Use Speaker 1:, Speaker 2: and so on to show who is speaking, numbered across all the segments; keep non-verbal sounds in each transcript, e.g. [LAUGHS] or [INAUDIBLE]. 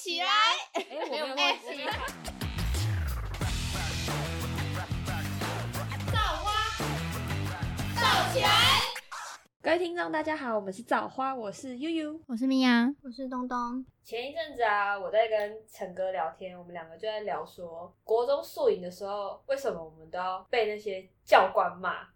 Speaker 1: 起来！
Speaker 2: 哎，我没有
Speaker 1: 哎
Speaker 2: 忘记。
Speaker 1: 造起来！
Speaker 2: [LAUGHS] 各位听众，大家好，我们是早花，我是悠悠。
Speaker 3: 我是米娅，
Speaker 1: 我是东东，
Speaker 2: 前一阵子啊，我在跟陈哥聊天，我们两个就在聊说，国中宿营的时候，为什么我们都要被那些教官 [LAUGHS] 骂，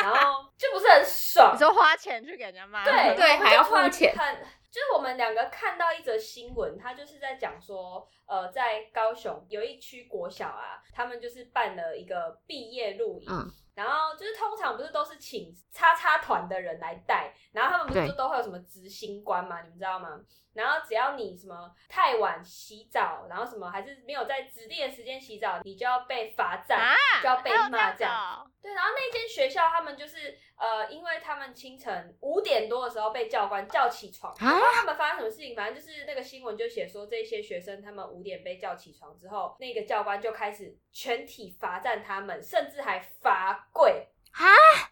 Speaker 2: 然后就不是很爽
Speaker 3: 你。说花钱去给人家骂，
Speaker 2: 对
Speaker 1: 对还要付钱
Speaker 2: 看，就是我们两个看到一则新闻，他就是在讲说，呃，在高雄有一区国小啊，他们就是办了一个毕业露营。
Speaker 1: 嗯
Speaker 2: 然后就是通常不是都是请叉叉团的人来带，然后他们不是
Speaker 1: 对
Speaker 2: 都会有什么执行官嘛，你们知道吗？然后只要你什么太晚洗澡，然后什么还是没有在指定的时间洗澡，你就要被罚站，就要被骂这样。
Speaker 3: 样。
Speaker 2: 对，然后那间学校他们就是呃，因为他们清晨五点多的时候被教官叫起床，
Speaker 1: 啊
Speaker 2: 然后他们发生什么事情，反正就是那个新闻就写说这些学生他们五点被叫起床之后，那个教官就开始全体罚站他们，甚至还罚跪。
Speaker 1: 啊！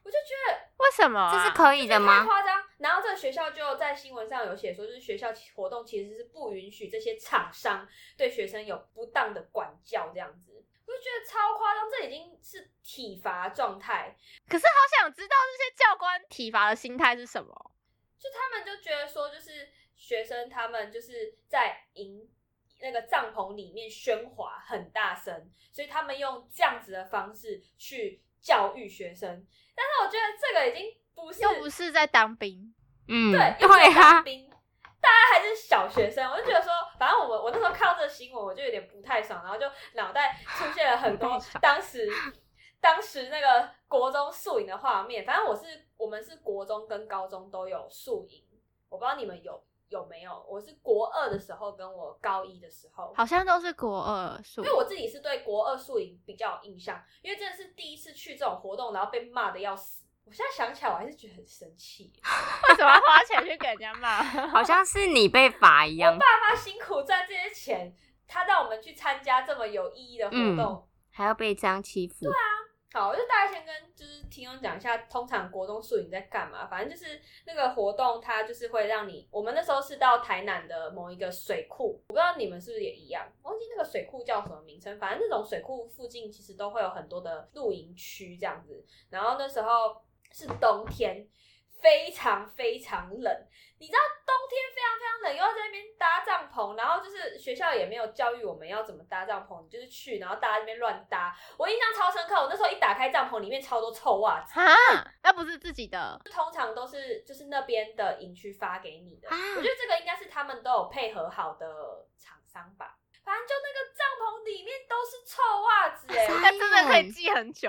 Speaker 2: 我就觉得
Speaker 3: 为什么、
Speaker 1: 这
Speaker 3: 啊？
Speaker 1: 是可以的
Speaker 2: 太
Speaker 1: 吗？
Speaker 2: 夸张。然后这个学校就在新闻上有写说，就是学校活动其实是不允许这些厂商对学生有不当的管教这样子。我就觉得超夸张，这已经是体罚状态，
Speaker 3: 可是好想知道这些教官体罚的心态是什么？
Speaker 2: 就他们就觉得说，就是学生他们就是在营那个帐篷里面喧哗很大声，所以他们用这样子的方式去教育学生。但是我觉得这个已经不是
Speaker 3: 又不是在当兵，
Speaker 1: 嗯，
Speaker 2: 对，又没
Speaker 1: 对
Speaker 2: 有当
Speaker 1: 啊，
Speaker 2: 兵，大家还是小学生，我就觉得说，反正我们我那时候看到这个新闻，我就有点不太爽，然后就脑袋出现了很多
Speaker 3: 不太爽
Speaker 2: 当时当时那个国中宿营的画面。反正我是我们是国中跟高中都有宿营，我不知道你们有有没有，我是国二的时候跟我高一的时候，
Speaker 3: 好像都是国二数。
Speaker 2: 因为我自己是对国二宿营比较有印象，因为真的是第一次去这种活动，然后被骂的要死。我现在想起来，我还是觉得很生气。
Speaker 3: [LAUGHS] 为什么要花钱去给人家骂？
Speaker 1: 好像是你被罚一样，
Speaker 2: 他辛苦赚这些钱，他让我们去参加这么有意义的活动。
Speaker 1: 嗯还要被这样欺负。
Speaker 2: 好，我就大概先跟就是听众讲一下，通常国中宿营在干嘛。反正就是那个活动，它就是会让你，我们那时候是到台南的某一个水库，我不知道你们是不是也一样，忘记那个水库叫什么名称。反正那种水库附近其实都会有很多的露营区这样子。然后那时候是冬天，非常非常冷，你知道冬天非常非常冷，又要在那边搭帐篷，然后就是学校也没有教育我们要怎么搭帐篷，你就是去，然后大家在那边乱搭。我印象超深刻，我那时候一打开帐篷，里面超多臭袜子，
Speaker 3: 哈，那不是自己的，
Speaker 2: 通常都是就是那边的营区发给你的。
Speaker 1: 啊
Speaker 2: 我觉得这个应该是他们都有配合好的厂商吧。反正就那个帐篷里面都是臭袜子、
Speaker 1: [LAUGHS]
Speaker 2: 欸，
Speaker 1: 啥
Speaker 3: 那真的可以记很久。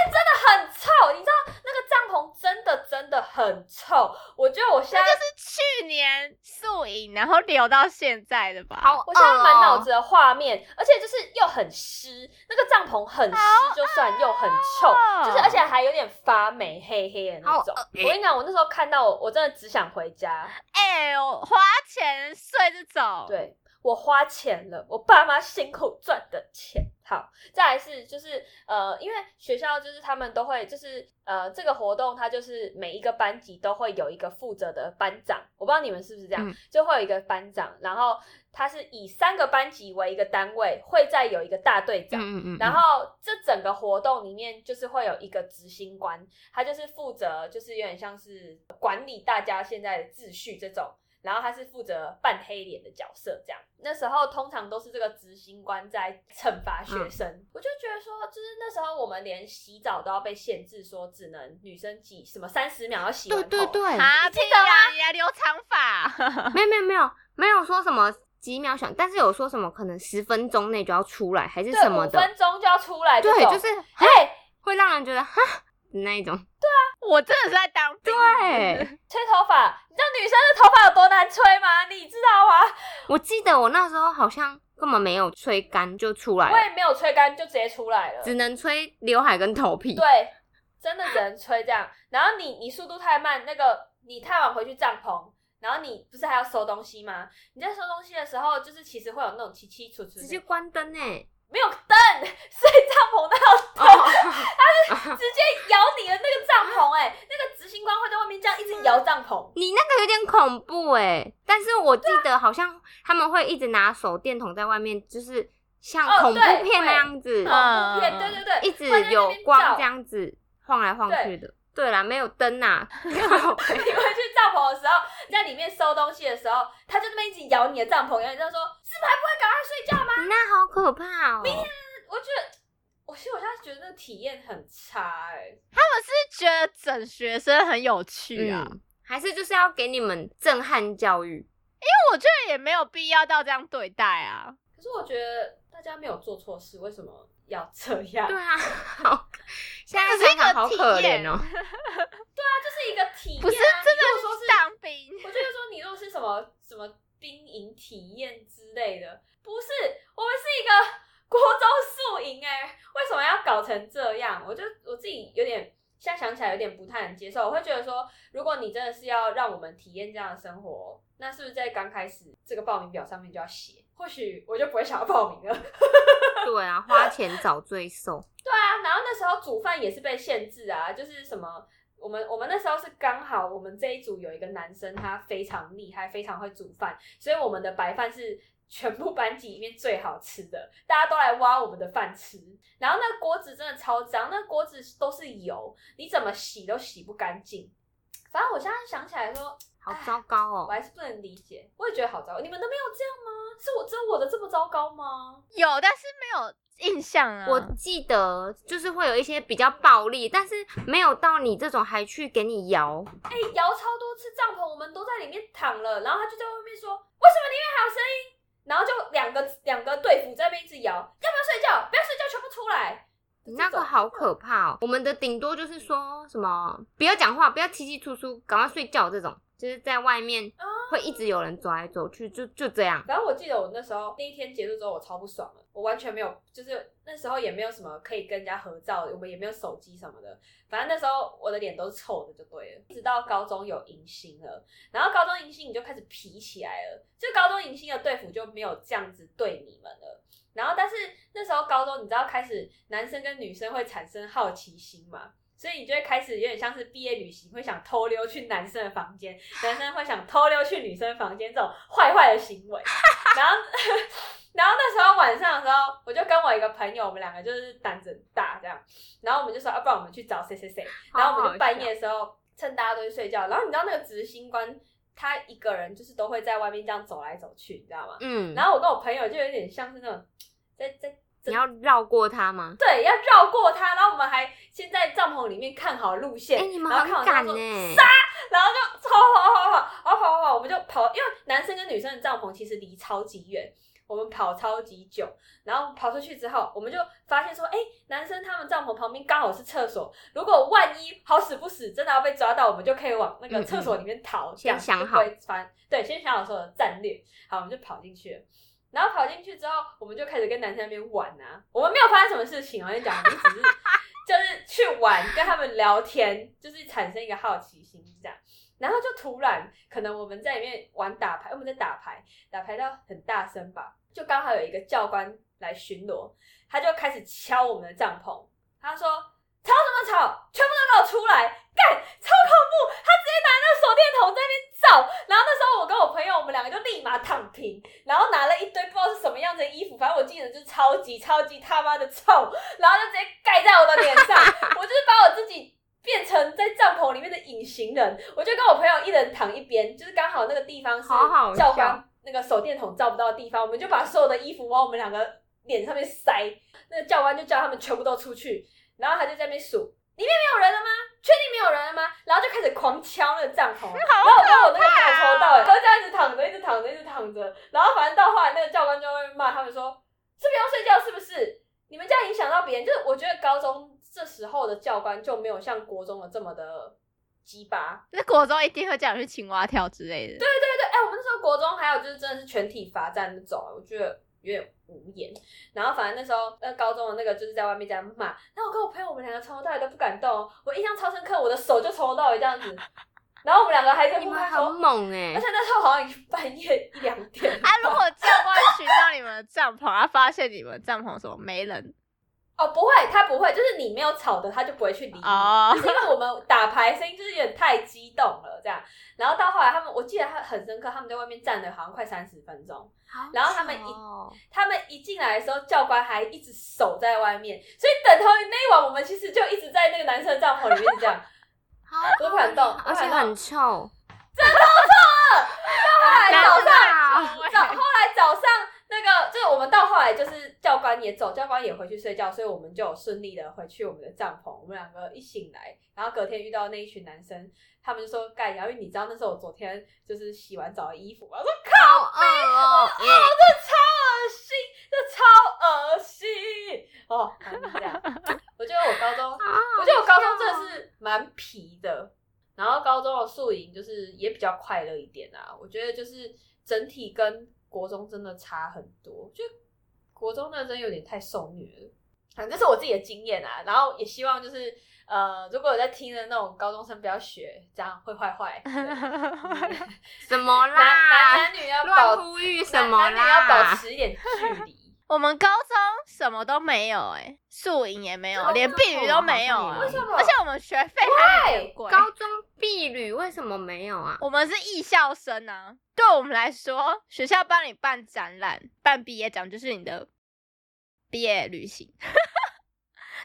Speaker 2: 很臭，你知道那个帐篷真的真的很臭。我觉得我现在
Speaker 3: 是去年宿营，然后留到现在的吧？
Speaker 1: 好
Speaker 2: 我现在
Speaker 1: 饿哦
Speaker 2: 满脑子的画面，而且就是又很湿，那个帐篷很湿就算，又很臭，就是而且还有点发霉，黑黑的那种。
Speaker 1: 啊好恶
Speaker 2: 我跟你讲，我那时候看到我，我真的只想回家。
Speaker 3: 哎、我花钱睡这种，，
Speaker 2: 对我花钱了，我爸妈辛苦赚的钱。好，再来是就是呃，因为学校就是他们都会就是呃，这个活动它就是每一个班级都会有一个负责的班长，我不知道你们是不是这样，
Speaker 1: 嗯
Speaker 2: 就会有一个班长，然后他是以三个班级为一个单位，会再有一个大队长。
Speaker 1: 嗯嗯
Speaker 2: 然后这整个活动里面，就是会有一个执行官，他就是负责，就是有点像是管理大家现在的秩序这种。然后他是负责扮黑脸的角色，这样。那时候通常都是这个执行官在惩罚
Speaker 1: 嗯
Speaker 2: 学生，我就觉得说，就是那时候我们连洗澡都要被限制，说只能女生几什么三十秒要洗完
Speaker 1: 对
Speaker 2: 头，
Speaker 1: 对对，
Speaker 3: 啊，屁呀、你还留长发，
Speaker 1: 没有没有没有没有说什么几秒响，但是有说什么可能十分钟内就要出来还是
Speaker 2: 对
Speaker 1: 什么
Speaker 2: 五
Speaker 1: 的，
Speaker 2: 分钟就要出来这
Speaker 1: 对，
Speaker 2: 种，
Speaker 1: 就是
Speaker 2: 嘿，
Speaker 1: 会让人觉得哈的那一种。
Speaker 3: 我真的是在当兵。
Speaker 1: 对，啊
Speaker 2: 吹头发，你知道女生的头发有多难吹吗？你知道吗？
Speaker 1: 我记得我那时候好像根本没有吹干就出来
Speaker 2: 我
Speaker 1: 了，
Speaker 2: 也没有吹干，就直接出来了。
Speaker 1: 只能吹刘海跟头皮。
Speaker 2: 对，真的只能吹这样。然后你你速度太慢，那个你太晚回去帐篷，然后你不是还要收东西吗？你在收东西的时候，就是其实会有那种奇奇楚楚的，
Speaker 1: 直接关灯哎、
Speaker 2: 没有灯，所以帐篷那有
Speaker 1: 哦，
Speaker 2: 直接摇你的那个帐篷、 [LAUGHS] 哎，那个执行官会在外面这样一直摇帐篷。
Speaker 1: 你那个有点恐怖哎、但是我记得好像他们会一直拿手电筒在外面，就是像
Speaker 2: 哦
Speaker 1: 恐怖
Speaker 2: 对
Speaker 1: 片那
Speaker 2: 会
Speaker 1: 样子，
Speaker 2: 恐怖哦片，对对对，
Speaker 1: 一
Speaker 2: 会
Speaker 1: 直
Speaker 2: 在那边
Speaker 1: 有光
Speaker 2: 照
Speaker 1: 这样子晃来晃去的。对啦，没有灯啊呐、
Speaker 2: [LAUGHS] 你回去帐篷的时候，你在里面收东西的时候，他就那么一直摇你的帐篷，然后你就说：“是不是还不会赶快睡觉吗
Speaker 1: 那好可怕哦、？”
Speaker 2: 我觉得，我其实我现在觉得那个体验很差哎、
Speaker 3: 是觉得整学生很有趣啊，
Speaker 1: 嗯，还是就是要给你们震撼教育。
Speaker 3: 但我觉得也没有必要到这样对待啊。
Speaker 2: 可是我觉得大家没有做错事，为什么要这样？
Speaker 1: 对啊， [LAUGHS] 好，现在
Speaker 3: 这是一
Speaker 1: 想
Speaker 3: 个
Speaker 1: 想好可
Speaker 3: 体
Speaker 1: 怜
Speaker 3: 验
Speaker 1: 哦、
Speaker 2: 这是一个体验、啊，
Speaker 3: 不是真
Speaker 2: 你如
Speaker 3: 的
Speaker 2: 果说
Speaker 3: 是
Speaker 2: 是
Speaker 3: 当兵，
Speaker 2: 我就是说，你如果是什么什么兵营体验之类的，不是，我们是一个国中宿营哎、为什么要搞成这样？我就我自己有点现在想起来有点不太能接受，我会觉得说，如果你真的是要让我们体验这样的生活，那是不是在刚开始这个报名表上面就要写？或许我就不会想要报名了。
Speaker 1: 对啊，花钱找罪受。
Speaker 2: 对啊，然后那时候煮饭也是被限制啊，就是什么。我们我们那时候是刚好，我们这一组有一个男生，他非常厉害，非常会煮饭，所以我们的白饭是全部班级里面最好吃的，大家都来挖我们的饭吃。然后那个锅子真的超脏，那个锅子都是油，你怎么洗都洗不干净。反正我现在想起来说，
Speaker 1: 好糟糕
Speaker 2: 我
Speaker 1: 哦、
Speaker 2: 还是不能理解，我也觉得好糟糕。你们都没有这样吗？是我只有我的这么糟糕吗？
Speaker 3: 有，但是没有印象啊。
Speaker 1: 我
Speaker 2: 嗯
Speaker 1: 记得就是会有一些比较暴力，但是没有到你这种还去给你摇，
Speaker 2: 哎、摇超多次帐篷，我们都在里面躺了，然后他就在外面说，为什么里面还有声音？然后就两个两个队服在那边一直摇，要不要睡觉？不要睡觉，全部出来。
Speaker 1: 你那个好可怕哦、我们的顶多就是说什么不要讲话，不要稀稀疏疏，赶快睡觉这种，就是在外面
Speaker 2: 啊
Speaker 1: 会一直有人走来走去，就就这样。
Speaker 2: 反正我记得我那时候那一天结束之后，我超不爽了，我完全没有，就是那时候也没有什么可以跟人家合照的，我们也没有手机什么的，反正那时候我的脸都是臭的就对了。一直到高中有迎新了，然后高中迎新你就开始皮起来了，就高中迎新的队服就没有这样子对你们了。然后但是那时候高中你知道开始男生跟女生会产生好奇心嘛，所以你就会开始有点像是毕业旅行，会想偷溜去男生的房间，男生会想偷溜去女生房间这种坏坏的行为。然后， [LAUGHS] 然后那时候晚上的时候，我就跟我一个朋友，我们两个就是胆子很大这样，然后我们就说，啊要、不然我们去找谁谁谁。然后我们就半夜的时候，趁大家都去睡觉，然后你知道那个执行官他一个人就是都会在外面这样走来走去，你知道吗？
Speaker 1: 嗯，
Speaker 2: 然后我跟我朋友就有点像是那种在在
Speaker 1: 你要绕过他吗？
Speaker 2: 对，要绕过他，然后我们还先在帐篷里面看好路线，
Speaker 1: 哎、你们
Speaker 2: 然后
Speaker 1: 很
Speaker 2: 看
Speaker 1: 敢欸
Speaker 2: 好他
Speaker 1: 呢、
Speaker 2: 说然后就跑跑跑跑跑跑跑跑，我们就跑，因为男生跟女生的帐篷其实离超级远，我们跑超级久，然后跑出去之后，我们就发现说，哎、男生他们帐篷旁边刚好是厕所，如果万一好死不死真的要被抓到，我们就可以往那个厕所里面逃，这样
Speaker 1: 先想
Speaker 2: 就不
Speaker 1: 好
Speaker 2: 会穿，对，先想好所有的战略，好，我们就跑进去了。然后跑进去之后，我们就开始跟男生那边玩啊。我们没有发生什么事情哦，我跟你讲，我们
Speaker 1: [LAUGHS]
Speaker 2: 只是就是去玩，跟他们聊天，就是产生一个好奇心这样。然后就突然，可能我们在里面玩打牌，我们在打牌，打牌到很大声吧，就刚好有一个教官来巡逻，他就开始敲我们的帐篷，他说：“吵什么吵，全部都给我出来！”干，超恐怖！他直接拿那个手电筒在那边照，然后那时候我跟我朋友，我们两个就立马躺平，然后拿了一堆不知道是什么样子的衣服，反正我记得就是超级超级他妈的臭，然后就直接盖在我的脸
Speaker 1: [LAUGHS]
Speaker 2: 上，我就是把我自己变成在帐篷里面的隐形人，我就跟我朋友一人躺一边，就是刚好那个地方是
Speaker 1: 好好笑
Speaker 2: 教官那个手电筒照不到的地方，我们就把所有的衣服往我们两个脸上面塞，那个教官就叫他们全部都出去，然后他就在那边数。里面没有人了吗？确定没有人了吗？然后就开始狂敲那个帐篷，然后我把我那个朋友抽到，欸然后这样一直躺着，一直躺着，一直躺着，然后反正到后来那个教官就会骂他们说：“是不用睡觉是不是？你们这样影响到别人。”就是我觉得高中这时候的教官就没有像国中的这么的鸡巴，
Speaker 3: 那国中一定会叫你去青蛙跳之类的。对，
Speaker 2: 对对，哎、我们那时候国中还有就是真的是全体罚站那种，我觉得有点无言。然后反正那时候那高中的那个就是在外面这样骂，然后我跟我朋友我们两个从头到尾都不敢动，我印象超深刻，我的手就从头到尾这样子。然后我们两个还在
Speaker 1: 你
Speaker 2: 互
Speaker 1: 们
Speaker 2: 看
Speaker 1: 好
Speaker 2: 说，
Speaker 1: 猛哎、
Speaker 2: 而且那时候好像已经半夜一两点了吧。
Speaker 3: 啊，如果教官寻到你们的帐篷，他发现你们帐篷什么没人
Speaker 2: 哦，不会，他不会，就是你没有吵的，他就不会
Speaker 1: 嗯
Speaker 2: 去理你。
Speaker 3: 哦
Speaker 2: 就是因为我们打牌声音就是有点太激动了，这样。然后到后来，他们我记得他很深刻，他们在外面站了好像快三十分钟。
Speaker 1: 好
Speaker 2: 然后他们
Speaker 1: 久
Speaker 2: 一
Speaker 1: 哦
Speaker 2: 他们一进来的时候，教官还一直守在外面，所以等他们那一晚，我们其实就一直在那个男生的帐篷里面
Speaker 1: [LAUGHS]
Speaker 2: 这样。
Speaker 1: 好
Speaker 2: 我不敢动
Speaker 1: 而且很臭，
Speaker 2: 后来
Speaker 1: 真的
Speaker 2: 早
Speaker 1: 好
Speaker 2: 上
Speaker 1: 臭，啊！
Speaker 2: 早后来早上那个，就是我们到后来就是教官也走，教官也回去睡觉，所以我们就有顺利的回去我们的帐篷。我们两个一醒来，然后隔天遇到那一群男生，他们就说：“盖，然后你知道那是我昨天就是洗完澡的衣服吗？”我说：“靠，
Speaker 1: 好恶哦、耶
Speaker 2: 这超恶心，这超恶心哦！”反正就是这样，我觉得我高中，我觉得我高中真的是蛮皮的。然后高中的宿营就是也比较快乐一点啊，我觉得就是整体跟国中真的差很多，就国中那真的有点太受虐了。反正这是我自己的经验啊，然后也希望就是呃，如果有在听的那种高中生不要学，这样会坏
Speaker 1: [LAUGHS]
Speaker 2: 坏。对
Speaker 3: [LAUGHS]
Speaker 1: 什么
Speaker 2: 男男
Speaker 1: 啦？
Speaker 2: 男女要
Speaker 1: 乱
Speaker 2: 保
Speaker 1: 呼吁什么
Speaker 2: 男男女要保
Speaker 1: 啦？
Speaker 2: 持一点距离。
Speaker 1: [LAUGHS]
Speaker 3: 我们高中什么都没有、哎，宿营也没有，
Speaker 1: 高中
Speaker 3: 连避雨都没有、啊
Speaker 1: 为什
Speaker 2: 么
Speaker 3: 而且我们学费还比别人贵。
Speaker 1: 高中婢女为什么没有啊？
Speaker 3: 我们是艺校生啊，对我们来说，学校帮你办展览、办毕业展，就是你的毕业旅行， [LAUGHS]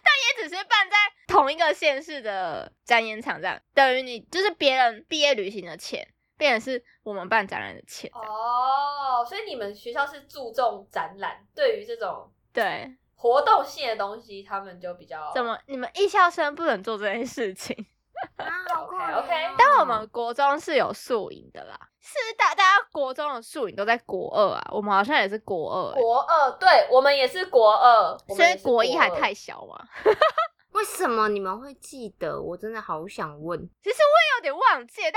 Speaker 3: 但也只是办在同一个县市的展演场上，等于你就是别人毕业旅行的钱，变成是我们办展览的钱。
Speaker 2: 哦，所以你们学校是注重展览，对于这种
Speaker 3: 对，
Speaker 2: 活动性的东西，他们就比较
Speaker 3: 怎么你们艺校生不能做这件事情？
Speaker 1: 啊，好可怜哦
Speaker 2: OK，OK
Speaker 3: 但我们国中是有宿营的啦，是大大家国中的宿营都在国二啊，我们好像也是国二、欸，
Speaker 2: 国二，对我们也是国二，
Speaker 3: 所
Speaker 2: 我们
Speaker 3: 以
Speaker 2: 也是
Speaker 3: 国一还
Speaker 2: 二
Speaker 3: 太小嘛。
Speaker 1: 为什么你们会记得？我真的好想问。
Speaker 3: 其实我也有点忘记，但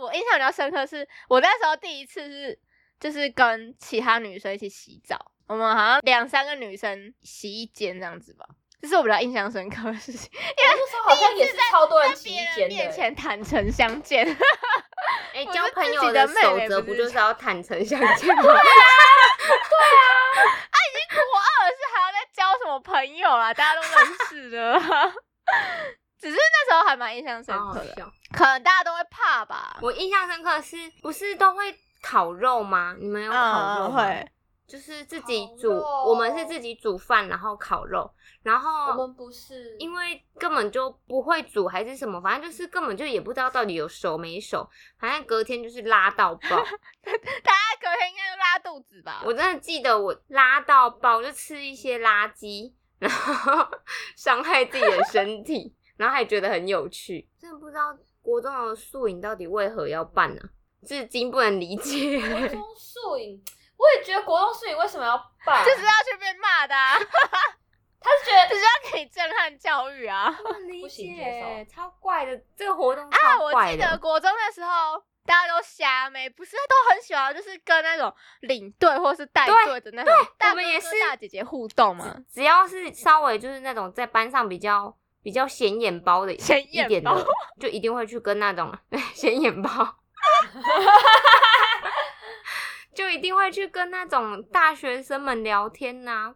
Speaker 3: 我我印象比较深刻是，我那时候第一次是就是跟其他女生一起洗澡，我们好像两三个女生洗一间这样子吧，这是我比较印象深刻的事情，因为 [LAUGHS]
Speaker 2: 那时候好像也是超多人
Speaker 3: 在
Speaker 2: 期
Speaker 3: 别人
Speaker 2: 间
Speaker 3: 面
Speaker 2: 的。
Speaker 3: 前坦诚相 [LAUGHS] 见，
Speaker 1: 哎、
Speaker 3: 我
Speaker 1: 交
Speaker 3: 是自
Speaker 1: 朋
Speaker 3: 己
Speaker 1: 友
Speaker 3: 的妹
Speaker 1: 守
Speaker 3: 妹
Speaker 1: 则
Speaker 3: 不
Speaker 1: 不
Speaker 3: 是
Speaker 1: 就是要坦诚相见吗？ [LAUGHS]
Speaker 3: 国二是还要再交什么朋友啊？大家都认识的 [LAUGHS] 啊，只是那时候还蛮印象深
Speaker 1: 好好
Speaker 3: 刻的，
Speaker 1: 笑。
Speaker 3: 可能大家都会怕吧。
Speaker 1: 我印象深刻的是，不是都会烤肉吗？你们有烤肉吗？
Speaker 3: 会，
Speaker 1: 就是自己
Speaker 2: 烤
Speaker 1: 煮，
Speaker 2: 肉
Speaker 1: 我们是自己煮饭，然后烤肉，然
Speaker 3: 哦
Speaker 2: 我
Speaker 1: 后
Speaker 2: 们不是，
Speaker 1: 因
Speaker 2: 为
Speaker 1: 为根本就不会煮还是什么，反正就是根本就也不知道到底有熟没熟，反正隔天就是拉到 [LAUGHS] 爆。
Speaker 3: 大家隔天应该就拉肚子吧？
Speaker 1: 我真的记得我拉到爆，就吃一些垃圾，然后 [LAUGHS] 伤害自己的身体，然后还觉得很有趣。真的不知道国中的宿营到底为何要办呢、至今不能理解。
Speaker 2: 国中宿营，我也觉得国中宿营为什么要
Speaker 3: [LAUGHS]
Speaker 2: 办？
Speaker 3: 就是要去被骂的、
Speaker 1: [LAUGHS]
Speaker 3: 啊，
Speaker 2: 他是觉得
Speaker 3: 就是要给震撼教育啊！
Speaker 1: [LAUGHS] 不能理
Speaker 2: 不行接，
Speaker 1: 超怪的这个活动
Speaker 3: 啊，
Speaker 1: 超
Speaker 3: 我
Speaker 1: 怪
Speaker 3: 记
Speaker 1: 的。
Speaker 3: 得国中的时候，大家都瞎妹，不是都很喜欢，就是跟那种领队或是带队的那种大
Speaker 1: 我们
Speaker 3: 哥
Speaker 1: 也
Speaker 3: 哥
Speaker 1: 是
Speaker 3: 大姐姐互动嘛，
Speaker 1: 只要是稍微就是那种在班上比较比较显眼包的
Speaker 3: 显
Speaker 1: [LAUGHS] 一
Speaker 3: 眼
Speaker 1: 点
Speaker 3: 包
Speaker 1: 的，就一定会去跟那种 [LAUGHS] 显眼包，就一定会去跟那种大学生们聊天呐、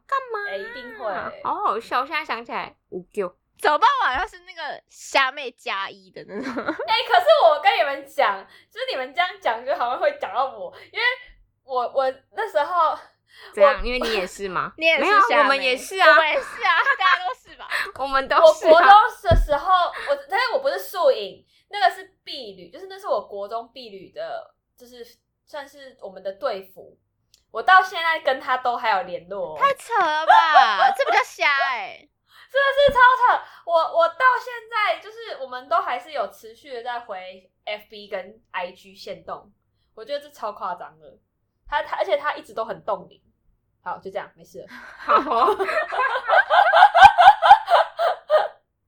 Speaker 2: 哎、一定会
Speaker 1: 干
Speaker 3: 啊
Speaker 1: 嘛、啊好好笑，现在想起来无救。
Speaker 3: 走吧，晚上是那个虾妹加一的那
Speaker 1: [LAUGHS]
Speaker 3: 种，？
Speaker 2: 哎、可是我跟你们讲，就是你们这样讲，就好像会讲到我，因为我我那时候
Speaker 1: 怎样？因为你也是吗
Speaker 3: [LAUGHS] 你也是
Speaker 1: 没有啊
Speaker 3: 虾妹，
Speaker 1: 我们也是啊
Speaker 3: 我们也是啊，大家都是
Speaker 1: [LAUGHS]
Speaker 3: 吧？
Speaker 1: 我们都
Speaker 2: [LAUGHS] 我
Speaker 1: 是、
Speaker 2: 国
Speaker 1: 啊。
Speaker 2: 中的时候，我但是我不是宿营，那个是婢旅，就是那是我国中婢旅的，就是算是我们的队服。我到现在跟他都还有联络、哦，
Speaker 3: 太扯了吧， [LAUGHS] 这比较瞎哎、
Speaker 2: 真的是超扯。我我到现在就是我们都还是有持续的在回 FB 跟 IG 限动，我觉得这超夸张的。他他而且他一直都很冻龄。好，就这样，没事了。
Speaker 1: [LAUGHS] 好哦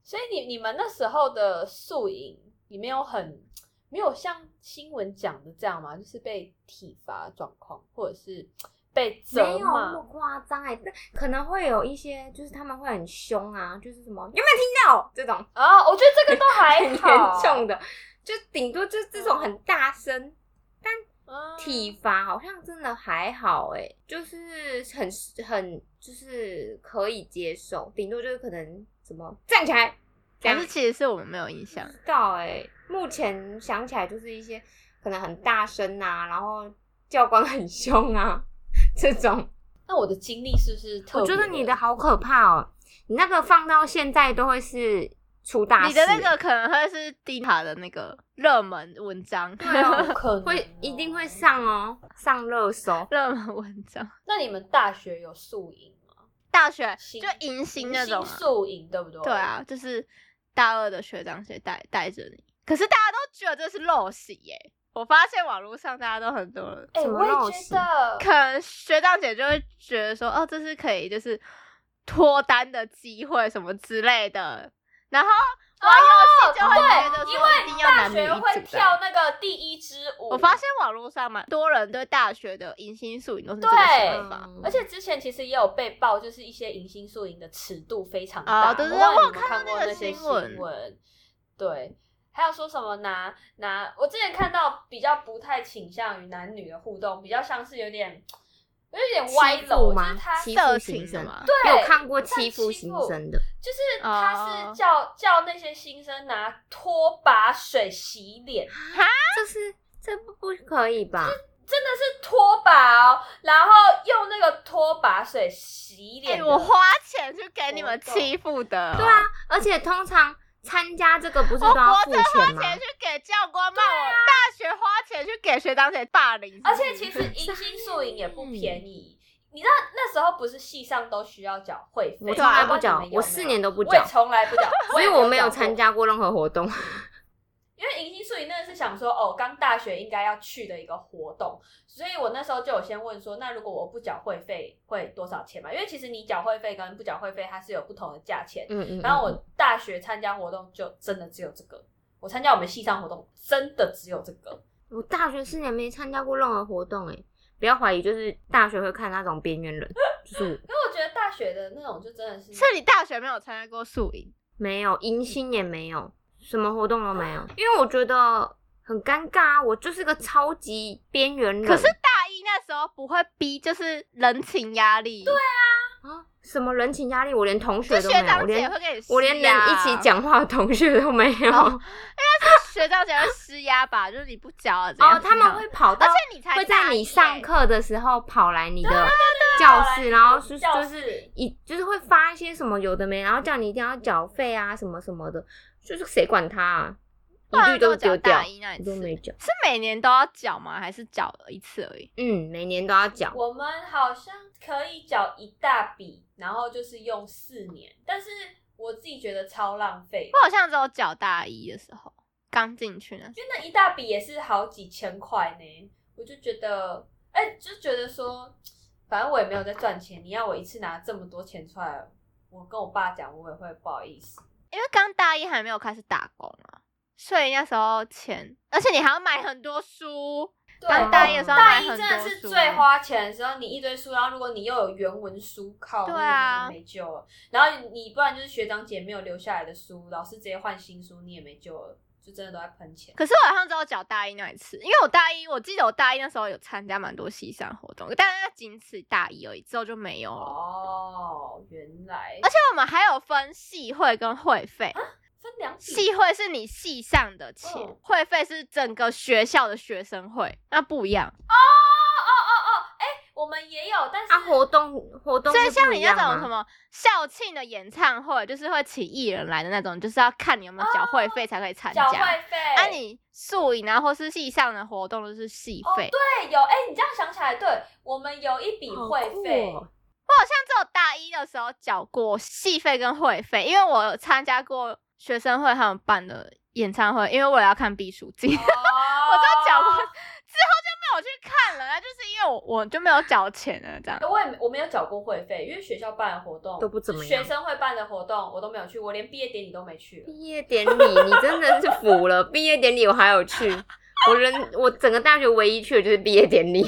Speaker 2: 所以你你们那时候的宿营，你没有很没有像新闻讲的这样吗？就是被体罚状况，或者是被
Speaker 1: 没
Speaker 2: 责
Speaker 1: 有那么
Speaker 2: 骂，
Speaker 1: 夸张哎，但可能会有一些，就是他们会很凶啊，就是什么有没有听到这种
Speaker 2: 啊，我觉得这个都还
Speaker 1: [LAUGHS] 很严
Speaker 2: 好，
Speaker 1: 重的，就顶多就是这种很大声。
Speaker 2: 嗯
Speaker 1: 体罚好像真的还好哎、就是很很就是可以接受，顶多就是可能怎么站起来， [LAUGHS] 这
Speaker 3: 但
Speaker 1: 样
Speaker 3: 是其实是我们没有印象。
Speaker 1: 不知道哎、目前想起来就是一些可能很大声啊，然后教官很凶啊 [LAUGHS] 这种。
Speaker 2: 那我的经历是不是特别？
Speaker 1: 我觉得你的好可怕哦，你那个放到现在都会是出大事。
Speaker 3: 你的那个可能会是地塔的那个热门文章，
Speaker 1: 对哦
Speaker 2: 不可能
Speaker 1: [LAUGHS] 会
Speaker 2: 哦
Speaker 1: 一定会。上哦，上热搜。
Speaker 3: [LAUGHS] 热门文章。
Speaker 2: 那你们大学有宿营吗？
Speaker 3: 大学
Speaker 2: 行
Speaker 3: 就迎新那种、啊，
Speaker 2: 宿营对不对？
Speaker 3: 对啊，，就是大二的学长学带带着你，可是大家都觉得这是陋习耶。我发现网络上大家都很多人，
Speaker 2: 哎、
Speaker 1: 什么
Speaker 2: 我
Speaker 1: 陋
Speaker 2: 也
Speaker 1: 习
Speaker 2: 觉得
Speaker 3: 可能学长姐就会觉得说，哦，这是可以就是脱单的机会什么之类的，然后网友
Speaker 2: 哦
Speaker 3: 系就会觉得
Speaker 2: 对，因
Speaker 3: 说一定
Speaker 2: 为
Speaker 3: 要
Speaker 2: 大
Speaker 3: 男女一
Speaker 2: 学
Speaker 3: 组
Speaker 2: 会
Speaker 3: 的
Speaker 2: 跳那个第一支舞，
Speaker 3: 我发现网络上蛮多人对大学的迎新宿营都是这个
Speaker 2: 对
Speaker 3: 想
Speaker 1: 嗯
Speaker 3: 法。
Speaker 2: 而且之前其实也有被爆，就是一些迎新宿营的尺度非常大。
Speaker 3: 啊对对
Speaker 2: 我忘了
Speaker 3: 对我
Speaker 2: 你们
Speaker 3: 有看
Speaker 2: 看
Speaker 3: 到
Speaker 2: 过
Speaker 3: 那个
Speaker 2: 些
Speaker 3: 新闻
Speaker 2: 闻，对。还有说什么拿拿？我之前看到比较不太倾向于男女的互动，比较像是有点有点歪
Speaker 1: 欺
Speaker 2: 楼，
Speaker 1: 负
Speaker 2: 就是
Speaker 1: 吗？
Speaker 2: 他
Speaker 1: 欺
Speaker 3: 色
Speaker 1: 负
Speaker 3: 情
Speaker 1: 新
Speaker 3: 什
Speaker 1: 生
Speaker 3: 么？
Speaker 1: 你
Speaker 2: 对
Speaker 1: 有看过欺
Speaker 2: 负
Speaker 1: 负新生的？
Speaker 2: 就是他
Speaker 3: 哦
Speaker 2: 是叫、叫那些新生拿拖把水洗脸，
Speaker 1: 这是这不不可以吧？
Speaker 2: 真的是拖把哦，然后用那个拖把水洗
Speaker 3: 哎、
Speaker 2: 脸的、
Speaker 3: 我花钱去给你们欺负的，
Speaker 1: 对啊，而且通常参加这个不是
Speaker 3: 哦我
Speaker 1: 都要
Speaker 3: 国
Speaker 1: 付
Speaker 3: 中花
Speaker 1: 钱吗？啊
Speaker 3: 钱去给教官骂，我大学花钱去给学长姐霸凌，
Speaker 2: 而且其实迎新宿营也不便宜。你知道那时候不是系上都需要缴会费，
Speaker 1: 我从来
Speaker 2: 不
Speaker 1: 不
Speaker 2: 知
Speaker 1: 缴
Speaker 2: 道你
Speaker 1: 我
Speaker 2: 们，有没有
Speaker 1: 四年都不
Speaker 2: 我也
Speaker 1: 缴，
Speaker 2: 从来不
Speaker 1: [LAUGHS]
Speaker 2: 缴，
Speaker 1: 所以我没有参
Speaker 2: 加。
Speaker 1: 加过任何活动。
Speaker 2: 因为迎新宿营那个是想说，哦，刚大学应该要去的一个活动，所以我那时候就有先问说，那如果我不缴会费会多少钱嘛？因为其实你缴会费跟不缴会费它是有不同的价钱。
Speaker 1: 嗯嗯。
Speaker 2: 然后
Speaker 1: 嗯
Speaker 2: 我大学参加活动就真的只有这个，我参加我们系上活动真的只有这个。
Speaker 1: 我大学四年没参加过任何活动、欸，不要怀疑，就是大学会看那种边缘人，就是
Speaker 2: 因为我觉得大学的那种就真的是，
Speaker 3: 是你大学没有参加过宿营，
Speaker 1: 没有迎新也没有，什么活动都没有，因为我觉得很尴尬啊，我就是个超级边缘人。
Speaker 3: 可是嗯大一那时候不会逼，就是人情压力，对啊，
Speaker 1: 啊，什么人情压力，我连同学
Speaker 3: 就
Speaker 1: 都
Speaker 3: 学
Speaker 1: 没有，我
Speaker 3: 长姐
Speaker 1: 连
Speaker 3: 会给你施压，
Speaker 1: 我连能一起讲话的同学都没有。
Speaker 3: 哦
Speaker 1: 啊哦，
Speaker 3: [LAUGHS] 学长姐会施压吧，就是你不交啊，怎样
Speaker 1: 哦他们会，跑到
Speaker 3: 而，且你才
Speaker 1: 会
Speaker 3: 大
Speaker 1: 在
Speaker 3: 一
Speaker 1: 你
Speaker 3: 耶啊
Speaker 1: 上课的时候跑来你的教
Speaker 2: 跑来你
Speaker 1: 室，
Speaker 2: 的
Speaker 1: 然后是
Speaker 2: 教
Speaker 1: 就
Speaker 2: 室
Speaker 1: 是一就是会发一些什么有的没，然后叫你一定要缴费啊什么什么的，就是谁管他啊，
Speaker 3: 不然
Speaker 1: 一律都
Speaker 3: 我
Speaker 1: 是丢
Speaker 3: 缴
Speaker 1: 掉
Speaker 3: 大，一那一
Speaker 1: 我都
Speaker 3: 次
Speaker 1: 没缴。
Speaker 3: 是每年都要缴吗？还是缴一次而已？
Speaker 1: 嗯，每年都要缴。
Speaker 2: 我们好像可以缴一大笔，然后就是用四年，但是我自己觉得超浪费的
Speaker 3: 我。好像只有缴大一的时候，刚进去那时候
Speaker 2: 就那一大笔也是好几千块呢，我就觉得，哎、就觉得说，反正我也没有在赚钱，你要我一次拿这么多钱出来，我跟我爸讲，我也会不好意思。
Speaker 3: 因为刚大一还没有开始打工啊，所以那时候钱，而且你还要买很多书，
Speaker 2: 对，
Speaker 3: 当
Speaker 1: 大一的时候
Speaker 2: 大
Speaker 3: 买
Speaker 2: 一
Speaker 3: 很
Speaker 2: 真
Speaker 3: 多
Speaker 2: 的是
Speaker 3: 书
Speaker 2: 最花钱的时候，你一堆书，然后如果你又有原文书，靠，
Speaker 3: 对
Speaker 2: 那
Speaker 3: 啊
Speaker 2: 你没救了。然后你不然就是学长姐没有留下来的书，老师直接换新书，你也没救了，就真的都在喷钱。
Speaker 3: 可是我好像只有缴大一那一次，因为我大一，我记得我大一那时候有参加蛮多西山活动，但是那仅此大一而已，之后就没有了。
Speaker 2: 哦，原来
Speaker 3: 而且我们还有分系会跟会费，
Speaker 2: 分两笔
Speaker 3: 系会是你系上的钱
Speaker 2: 嗯，
Speaker 3: 会费是整个学校的学生会，那不一样。
Speaker 2: 哦哦哦，哎、我们也有，但是、
Speaker 1: 啊，活动活动
Speaker 3: 所以
Speaker 1: 是
Speaker 3: 像
Speaker 1: 不
Speaker 3: 你
Speaker 1: 一
Speaker 3: 那
Speaker 1: 样
Speaker 3: 种什
Speaker 1: 吗
Speaker 3: 么校庆的演唱会，就是会请艺人来的那种，就是要看你有没有缴会费才可以参
Speaker 2: 哦缴
Speaker 3: 加。
Speaker 2: 会费。
Speaker 3: 啊，你宿营啊，或是系上的活动都是系费。
Speaker 2: 对有哎、你这样想起来，对我们有一笔
Speaker 1: 好
Speaker 2: 会
Speaker 1: 酷
Speaker 2: 费，
Speaker 1: 哦
Speaker 3: 我好像只有大一的时候缴过系费跟会费，因为我有参加过学生会他们办的演唱会，因为我也要看毕书 [LAUGHS] 尽，我
Speaker 2: 哦
Speaker 3: 知道缴过，之后就没有去看了。那就是因为我我就没有缴钱了，这样。
Speaker 2: 哎我也没我没有缴过会费，因为学校办的活动
Speaker 1: 都不怎么样
Speaker 2: 学生会办的活动我都没有去，我连毕业典礼都没去了。
Speaker 1: 毕业典礼，你真的是服
Speaker 3: [LAUGHS]
Speaker 1: 了。毕业典
Speaker 3: [LAUGHS]
Speaker 1: 礼我还有去，我人我整个大学唯一去的就是毕业典礼。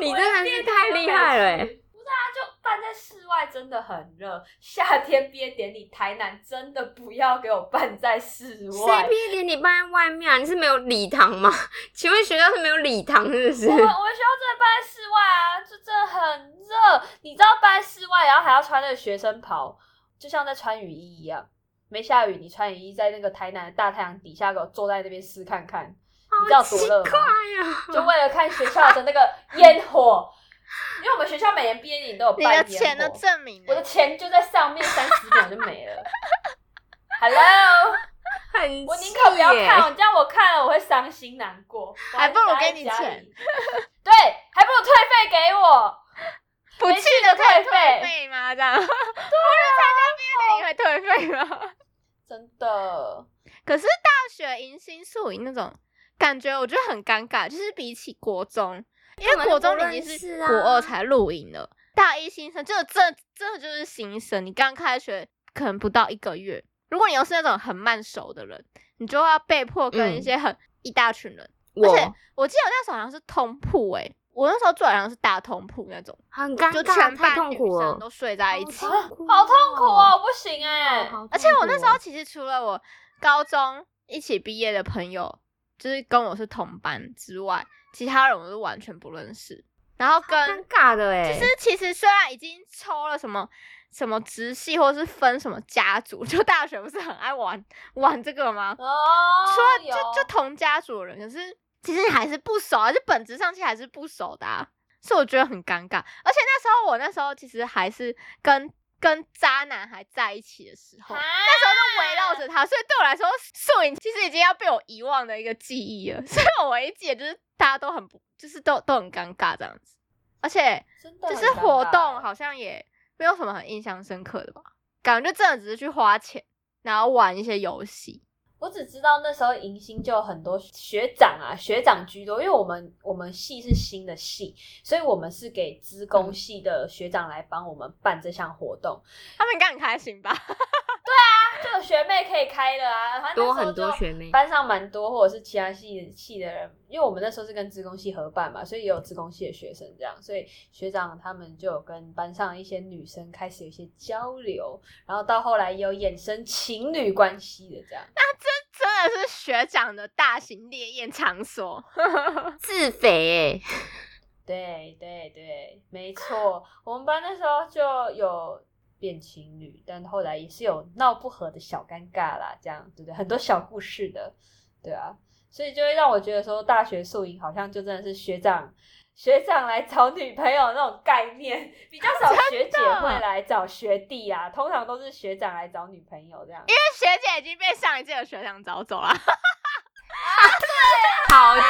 Speaker 1: 你真的是太厉害了、欸！
Speaker 2: 不是啊，就办在室外真的很热，夏天毕业典礼台南真的不要给我办在室
Speaker 1: 谁
Speaker 2: 外。
Speaker 1: 毕业典礼办在外面啊？你是没有礼堂吗？ [LAUGHS] 请问学校是没有礼堂是不是
Speaker 2: 我？们我们学校真的办在室外啊，就真的很热。你知道办在室外，然后还要穿那个学生袍，就像在穿雨衣一样。没下雨，你穿雨衣在那个台南的大太阳底下，给我坐在那边试看看，你知道
Speaker 1: 好
Speaker 2: 多
Speaker 1: 奇
Speaker 2: 热吗
Speaker 1: 怪啊呀、 [LAUGHS]
Speaker 2: 就为了看学校的那个烟火。因为我们学校每年毕业典礼都有
Speaker 3: 你
Speaker 2: 办
Speaker 3: 的
Speaker 2: 烟火，
Speaker 3: 钱的证明
Speaker 2: 我的
Speaker 3: 呢？
Speaker 2: 钱就在上面三十秒就
Speaker 1: [LAUGHS]
Speaker 2: 没了。Hello，
Speaker 1: 很
Speaker 2: 我宁可不要
Speaker 1: 气耶
Speaker 2: 看，我这样我看了我会伤心难过，我
Speaker 3: 还不如
Speaker 2: 是待
Speaker 3: 给你
Speaker 2: 在家里
Speaker 3: 钱，
Speaker 2: 对，还不如退费
Speaker 1: [LAUGHS]
Speaker 2: 给我。
Speaker 3: 不
Speaker 2: 没
Speaker 3: 去
Speaker 2: 去
Speaker 3: 的
Speaker 2: 的
Speaker 3: 退
Speaker 2: 退
Speaker 3: 退
Speaker 2: 费
Speaker 3: 费吗？这样，对啊， [LAUGHS] 参加毕业典礼会退费吗？
Speaker 2: 真的，
Speaker 3: 可是大学迎新宿营那种感觉，我觉得很尴尬，就是比起国中，因为
Speaker 1: 根本就
Speaker 3: 国中
Speaker 1: 不
Speaker 3: 你已经
Speaker 1: 认
Speaker 3: 是
Speaker 1: 识
Speaker 3: 国
Speaker 1: 啊
Speaker 3: 二才录营了，大一新生就这这就是新生，你刚开学可能不到一个月，如果你又是那种很慢熟的人，你就要被迫跟一
Speaker 1: 嗯
Speaker 3: 些很、一大群人。而且
Speaker 1: 我
Speaker 3: 我记得我那时候好像是通铺诶、我那时候住的好像是大通铺那种，
Speaker 1: 很尴
Speaker 3: 就
Speaker 1: 尬，
Speaker 3: 全
Speaker 1: 太
Speaker 3: 班
Speaker 1: 痛
Speaker 3: 女
Speaker 1: 苦
Speaker 3: 生
Speaker 1: 了，
Speaker 3: 都睡在一起。
Speaker 1: 好痛苦
Speaker 2: 好痛苦哦，我不行哎、
Speaker 1: 好痛苦哦！
Speaker 3: 而且我那时候其实除了我高中一起毕业的朋友，就是跟我是同班之外，其他人我是完全不认识。然后跟
Speaker 1: 尴尬的哎、
Speaker 3: 就是其实虽然已经抽了什么什么直系，或是分什么家族，就大学不是很爱玩玩这个吗？
Speaker 2: 哦，
Speaker 3: 除了
Speaker 2: 有
Speaker 3: 就就同家族的人，可是其实还是不熟啊，就本质上其实还是不熟的、啊，所以我觉得很尴尬。而且那时候我那时候其实还是跟跟渣男还在一起的时候
Speaker 2: 啊，
Speaker 3: 那时候就围绕着他，所以对我来说，素影其实已经要被我遗忘的一个记忆了。 [LAUGHS] 所以我唯一记得就是大家都很不，就是都都很尴尬这样子，而且
Speaker 2: 真的
Speaker 3: 就
Speaker 2: 很
Speaker 3: 是活
Speaker 2: 尴尬
Speaker 3: 动好像也没有什么很印象深刻的吧，感觉就真的只是去花钱，然后玩一些游戏。
Speaker 2: 我只知道那时候迎新就有很多学长啊，学长居多，因为我们我们系是新的系，所以我们是给资
Speaker 1: 嗯
Speaker 2: 工系的学长来帮我们办这项活动。
Speaker 3: 他们应该很开心吧？
Speaker 2: 就有学妹可以开了啊，反正
Speaker 1: 多
Speaker 2: 那时候
Speaker 1: 很多
Speaker 2: 就
Speaker 1: 学妹
Speaker 2: 班上蛮多，或者是其他系系的人，因为我们那时候是跟资工系合办嘛，所以也有资工系的学生这样，所以学长他们就有跟班上一些女生开始有一些交流，然后到后来也有衍生情侣关系的这样。
Speaker 3: 真的是学长的大型烈焰场所， [LAUGHS]
Speaker 1: 自
Speaker 3: 欸
Speaker 1: 肥哎、
Speaker 2: 对对对，没错，我们班那时候就有变情侣，但后来也是有闹不和的小尴尬啦，这样对不对？很多小故事的，对啊，所以就会让我觉得说，大学宿营好像就真的是学长学长来找女朋友那种概念，比较少学姐会来找学弟啊，通常都是学长来找女朋友这样。
Speaker 3: 那学姐已经被上一届的学长找走了。 [LAUGHS]
Speaker 1: 好机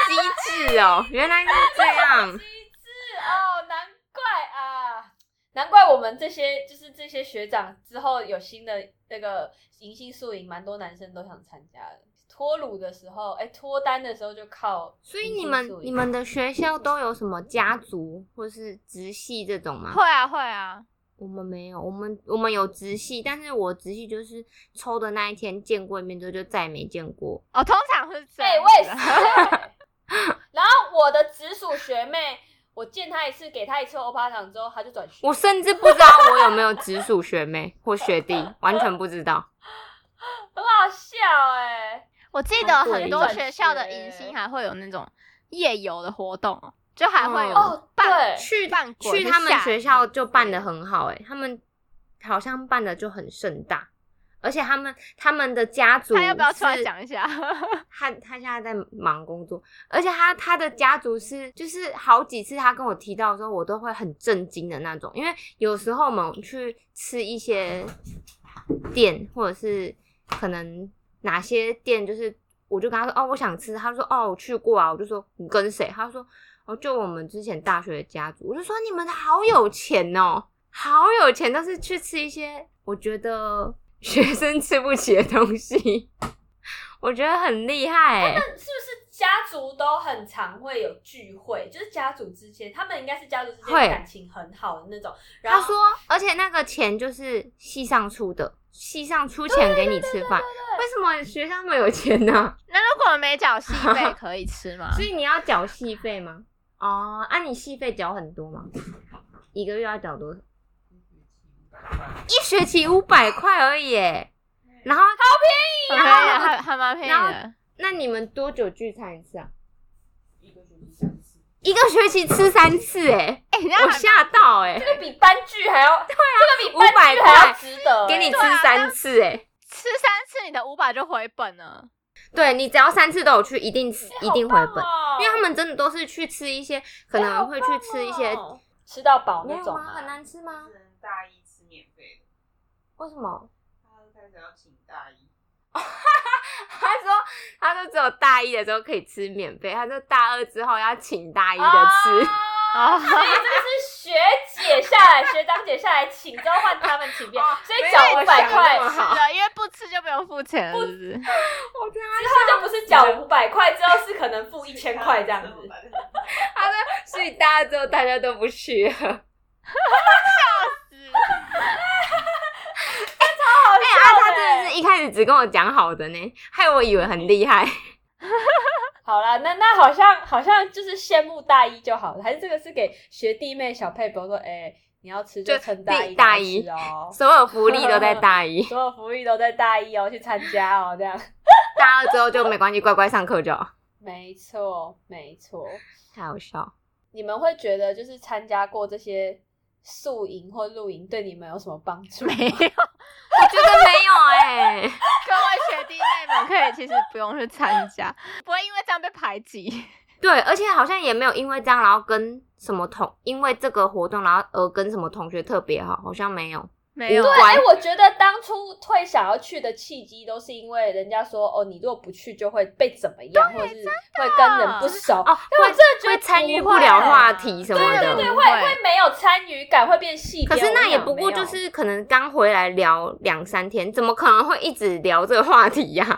Speaker 1: 智哦， [LAUGHS] 原来是这样。
Speaker 2: 是哦，难怪啊，难怪我们这些就是这些学长之后有新的那个迎新宿营，蛮多男生都想参加的。脱乳的时候，哎、脱单的时候就靠
Speaker 1: 所以
Speaker 2: 迎
Speaker 1: 你
Speaker 2: 新
Speaker 1: 们
Speaker 2: 宿营
Speaker 1: 你们的学校都有什么家族或是直系这种吗？
Speaker 3: 会啊会啊，
Speaker 1: 我们没有，我们我们有直系，但是我直系就是抽的那一天见过一面之后就再也没见过。
Speaker 3: 哦，通常会这
Speaker 2: 哎、
Speaker 3: 样。
Speaker 2: 我也是、哎然后我的直属学妹，我见她一次，给她一次欧巴糖之后，她就转学。
Speaker 1: 我甚至不知道我有没有直属学妹 [LAUGHS] 或学弟，完全不知道。
Speaker 2: 很好笑哎、
Speaker 3: [LAUGHS] 我记得
Speaker 1: 对
Speaker 3: 很多学校的迎新还会有那种夜游的活动哦，就还会有
Speaker 2: 哦
Speaker 3: 办
Speaker 2: 对
Speaker 1: 去
Speaker 3: 办鬼
Speaker 1: 去他们
Speaker 3: 吓
Speaker 1: 学校就办的很好、欸，他们好像办的就很盛大，而且他们他们的家族
Speaker 3: 他要不要出来
Speaker 1: 是
Speaker 3: 讲一下？ [LAUGHS]
Speaker 1: 他他现在在忙工作，而且他他的家族是就是好几次他跟我提到的时候，我都会很震惊的那种，因为有时候我们去吃一些店，或者是可能哪些店，就是我就跟他说哦，我想吃，他说哦，我去过啊，我就说你跟谁？他说哦，就我们之前大学的家族，我就说你们好有钱哦，好有钱，但是去吃一些我觉得学生吃不起的东西。我觉得很厉害、欸，
Speaker 2: 是不是家族都很常会有聚会？就是家族之间，他们应该是家族之间
Speaker 1: 会
Speaker 2: 感情很好的那种。然
Speaker 1: 他
Speaker 2: 后
Speaker 1: 说，而且那个钱就是系上出的，系上出钱给你吃饭。为什么学校那么有钱呢、 [LAUGHS]
Speaker 2: 啊
Speaker 3: 那如果没缴戏费可以吃吗？
Speaker 1: 所以你要缴系费吗？哦，啊，你戏费缴很多吗？一个月要缴多少？一学期五百块而已耶，然后
Speaker 3: 很便宜，还还蛮便宜
Speaker 1: 啊然后
Speaker 3: 的。
Speaker 1: 那你们多久聚餐一次啊？
Speaker 4: 一个学期三次，
Speaker 1: 一个学期吃三次，哎，
Speaker 3: 哎，人家
Speaker 1: 我
Speaker 3: 还
Speaker 1: 吓到哎、
Speaker 2: 这个比班剧还
Speaker 1: [LAUGHS]
Speaker 2: 要，对啊，这个比
Speaker 1: 五
Speaker 2: 班
Speaker 1: 百
Speaker 2: 剧还
Speaker 1: 块
Speaker 2: 要值得欸、
Speaker 1: 给你吃
Speaker 3: 对啊
Speaker 1: 三次，哎，
Speaker 3: 吃三次，你的五百就回本
Speaker 1: [LAUGHS]
Speaker 3: 了。
Speaker 1: 对你只要三次都有去，一定吃一定回
Speaker 2: 好
Speaker 1: 本
Speaker 2: 棒，哦
Speaker 1: 因为他们真的都是去吃一些，可能会去吃一些
Speaker 2: 哎好棒哦吃到饱
Speaker 1: 没
Speaker 2: 那
Speaker 1: 有
Speaker 2: 种
Speaker 1: 吗？
Speaker 2: 啊
Speaker 1: 很难吃吗
Speaker 4: 只？能大一吃免费的，
Speaker 1: 为什么？
Speaker 4: 他就开始要请大一。
Speaker 1: 他说，他说只有大一的时候可以吃免费，他说大二之后要请大一的吃。
Speaker 2: 啊
Speaker 3: 啊，
Speaker 2: 所以这个是学姐下来，学长姐下来请，之后换他们请便，所
Speaker 3: 哎
Speaker 2: 以缴五百块，
Speaker 1: 哦没有我想得那么好
Speaker 3: 是的，因为不吃就不用付钱了，是不是？
Speaker 1: 我跟他
Speaker 2: 之后就不是缴五百块，之后是可能付一千块这样子。
Speaker 1: 啊他说，所以大二之后大家都不 [LAUGHS] 去了。哎、啊，他真的是一开始只跟我讲好的呢，害我以为很厉害。
Speaker 2: 好啦，那那好像好像就是羡慕大一就好了，还是这个是给学弟妹小佩伯说，哎、你要吃就
Speaker 1: 就
Speaker 2: 趁大一
Speaker 1: 第大
Speaker 2: 开始
Speaker 1: 一
Speaker 2: 哦，
Speaker 1: 所有福利都在大 [LAUGHS] 一，
Speaker 2: 所有福利都在大一哦，去参加哦，这样。
Speaker 1: 大二之后就没关系，乖乖上课就好。
Speaker 2: 没错，没错。
Speaker 1: 太好笑。
Speaker 2: 你们会觉得就是参加过这些宿营或露营，对你们有什么帮助？ [LAUGHS]
Speaker 3: 没有，
Speaker 1: 我觉得没有
Speaker 3: [LAUGHS]
Speaker 1: 哎、
Speaker 3: 各位学弟妹们可以其实不用去参加，不会因为这样被排挤。
Speaker 1: 对，而且好像也没有因为这样，然后跟什么同，因为这个活动，然后而跟什么同学特别好，好像没有。哦
Speaker 3: 没有啊
Speaker 1: 无，
Speaker 2: 哎、
Speaker 1: 关
Speaker 2: 我觉得当初会想要去的契机，都是因为人家说哦，你如果不去就会被怎么样，或者是会跟人不熟。
Speaker 1: 哦，
Speaker 2: 但我
Speaker 1: 会
Speaker 2: 真的觉得
Speaker 1: 会参与
Speaker 2: 不
Speaker 1: 不
Speaker 2: 会欸
Speaker 1: 了话题什么
Speaker 2: 对啊
Speaker 1: 的。
Speaker 2: 对对，
Speaker 3: 不
Speaker 2: 会
Speaker 3: 啊会
Speaker 2: 会没有参与感，会变细
Speaker 1: 可
Speaker 2: 标。
Speaker 1: 是
Speaker 2: 我
Speaker 1: 那
Speaker 2: 跟你
Speaker 1: 也
Speaker 2: 讲
Speaker 1: 不过
Speaker 2: 没有
Speaker 1: 就是可能刚回来聊两三天，怎么可能会一直聊这个话题呀、 [LAUGHS]
Speaker 2: 啊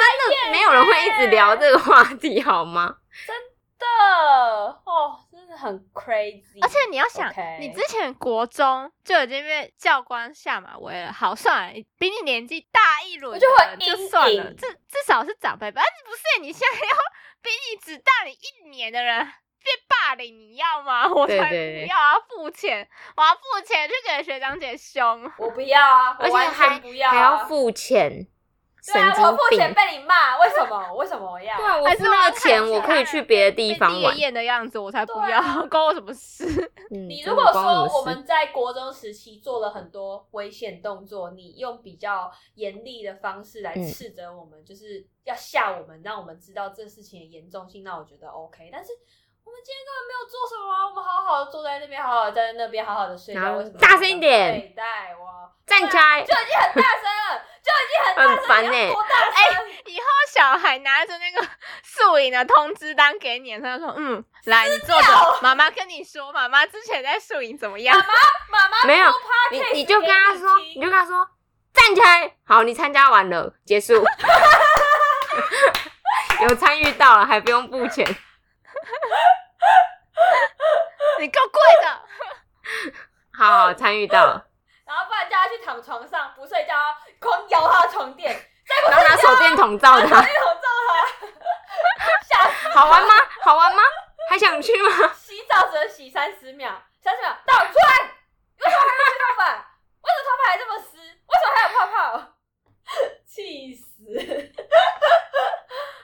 Speaker 1: 真的没有人会一直
Speaker 2: 欸
Speaker 1: 聊这个话题好吗？
Speaker 2: 真的哦，真的很 crazy。
Speaker 3: 而且你要想
Speaker 2: OK
Speaker 3: 你之前国中就已经被教官下马威了，好算了，比你年纪大一轮
Speaker 2: 我
Speaker 3: 的
Speaker 2: 就会
Speaker 3: 就
Speaker 2: 阴影
Speaker 3: 算了，至至少是长辈吧。但是不是你现在要 [LAUGHS] 比你只大你一年的人被霸凌，你要吗？我
Speaker 1: 对
Speaker 3: 才
Speaker 1: 对对
Speaker 3: 不要，我要付钱，我要付钱去给学长姐凶。
Speaker 2: 我不要啊，
Speaker 1: 而
Speaker 2: 我
Speaker 1: 且
Speaker 2: 完
Speaker 1: 还
Speaker 2: 全不要、啊，
Speaker 1: 还要付钱，神
Speaker 2: 对啊，
Speaker 1: 经
Speaker 2: 我付
Speaker 1: 病！
Speaker 2: 钱被你骂，为什么？ [LAUGHS] 为什么我要？
Speaker 1: 对啊，我
Speaker 3: 还是
Speaker 1: 付
Speaker 3: 要
Speaker 1: 那
Speaker 3: 看
Speaker 1: 个钱，
Speaker 3: 起
Speaker 1: 我可以
Speaker 3: 来
Speaker 1: 去别的地
Speaker 3: 被
Speaker 1: 方
Speaker 3: 第一
Speaker 1: 玩。
Speaker 3: 眼的样子，我才不
Speaker 2: 对
Speaker 3: 要， [LAUGHS]
Speaker 2: 啊
Speaker 3: 关我什么事？
Speaker 1: 嗯
Speaker 2: 你
Speaker 1: 真
Speaker 2: 如
Speaker 1: 的
Speaker 2: 果
Speaker 1: 关我
Speaker 2: 说
Speaker 1: 的
Speaker 2: 我
Speaker 1: 事
Speaker 2: 们在国中时期做了很多危险动作，你用比较严厉的方式来
Speaker 1: 嗯
Speaker 2: 斥责我们，就是要吓我们，让我们知道这事情的严重性，那我觉得 OK。但是我们今天根本没有做什么啊，我们好好的坐在那边，好好的在那边，好好的睡
Speaker 1: 然
Speaker 2: 觉，
Speaker 1: 后
Speaker 2: 为什么
Speaker 1: 大声一点
Speaker 2: 对待我？
Speaker 1: 站起来
Speaker 2: 就，已经很大声了，就已经很大声了，
Speaker 1: 很烦欸
Speaker 2: 你要多大声？
Speaker 3: 以后小孩拿着那个 [LAUGHS] 宿营的通知单给你，他就说：“嗯，来，你坐着，妈妈跟你说，妈妈之前在宿营怎么样？
Speaker 2: 妈妈
Speaker 1: [LAUGHS]
Speaker 3: 啊
Speaker 1: 没有
Speaker 2: 播 podcast
Speaker 1: 你你就
Speaker 2: 给
Speaker 1: 跟他说，
Speaker 2: 听
Speaker 1: 你就跟他说，站起来，好，你参加完了，结束。 [LAUGHS] 有参与到了，还不用付钱。
Speaker 3: 你给我跪着。
Speaker 1: 好好参与到了，
Speaker 2: 然后不然叫他去躺床上不睡觉，狂摇他的床垫，
Speaker 1: 然后拿手电筒照
Speaker 2: 然后
Speaker 1: 他， [LAUGHS]
Speaker 2: 一头揍他，吓死！
Speaker 1: 好玩吗？好玩吗？还想去吗？ [LAUGHS]
Speaker 2: 洗澡只能洗三十秒，三十秒倒出来，为什么还没吹头发？为什么头发还这么湿？为什么还有泡泡？气死！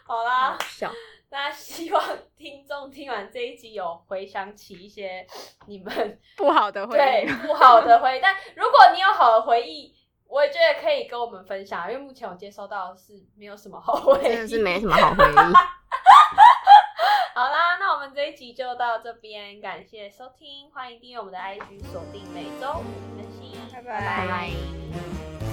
Speaker 2: 好啦，
Speaker 1: 笑，
Speaker 2: 那希望听众听完这一集有回想起一些你们
Speaker 3: 不好的回
Speaker 2: 对
Speaker 3: 忆，
Speaker 2: 不好的回忆。但如果你有好的回忆，我也觉得可以跟我们分享，因为目前我接收到的是没有什么好回忆，
Speaker 1: 真的是没什么好回忆。
Speaker 2: [LAUGHS] 好啦，那我们这一集就到这边，感谢收听，欢迎订阅我们的 IG，锁定每周五更新，
Speaker 3: [LAUGHS] 拜拜
Speaker 1: 拜拜。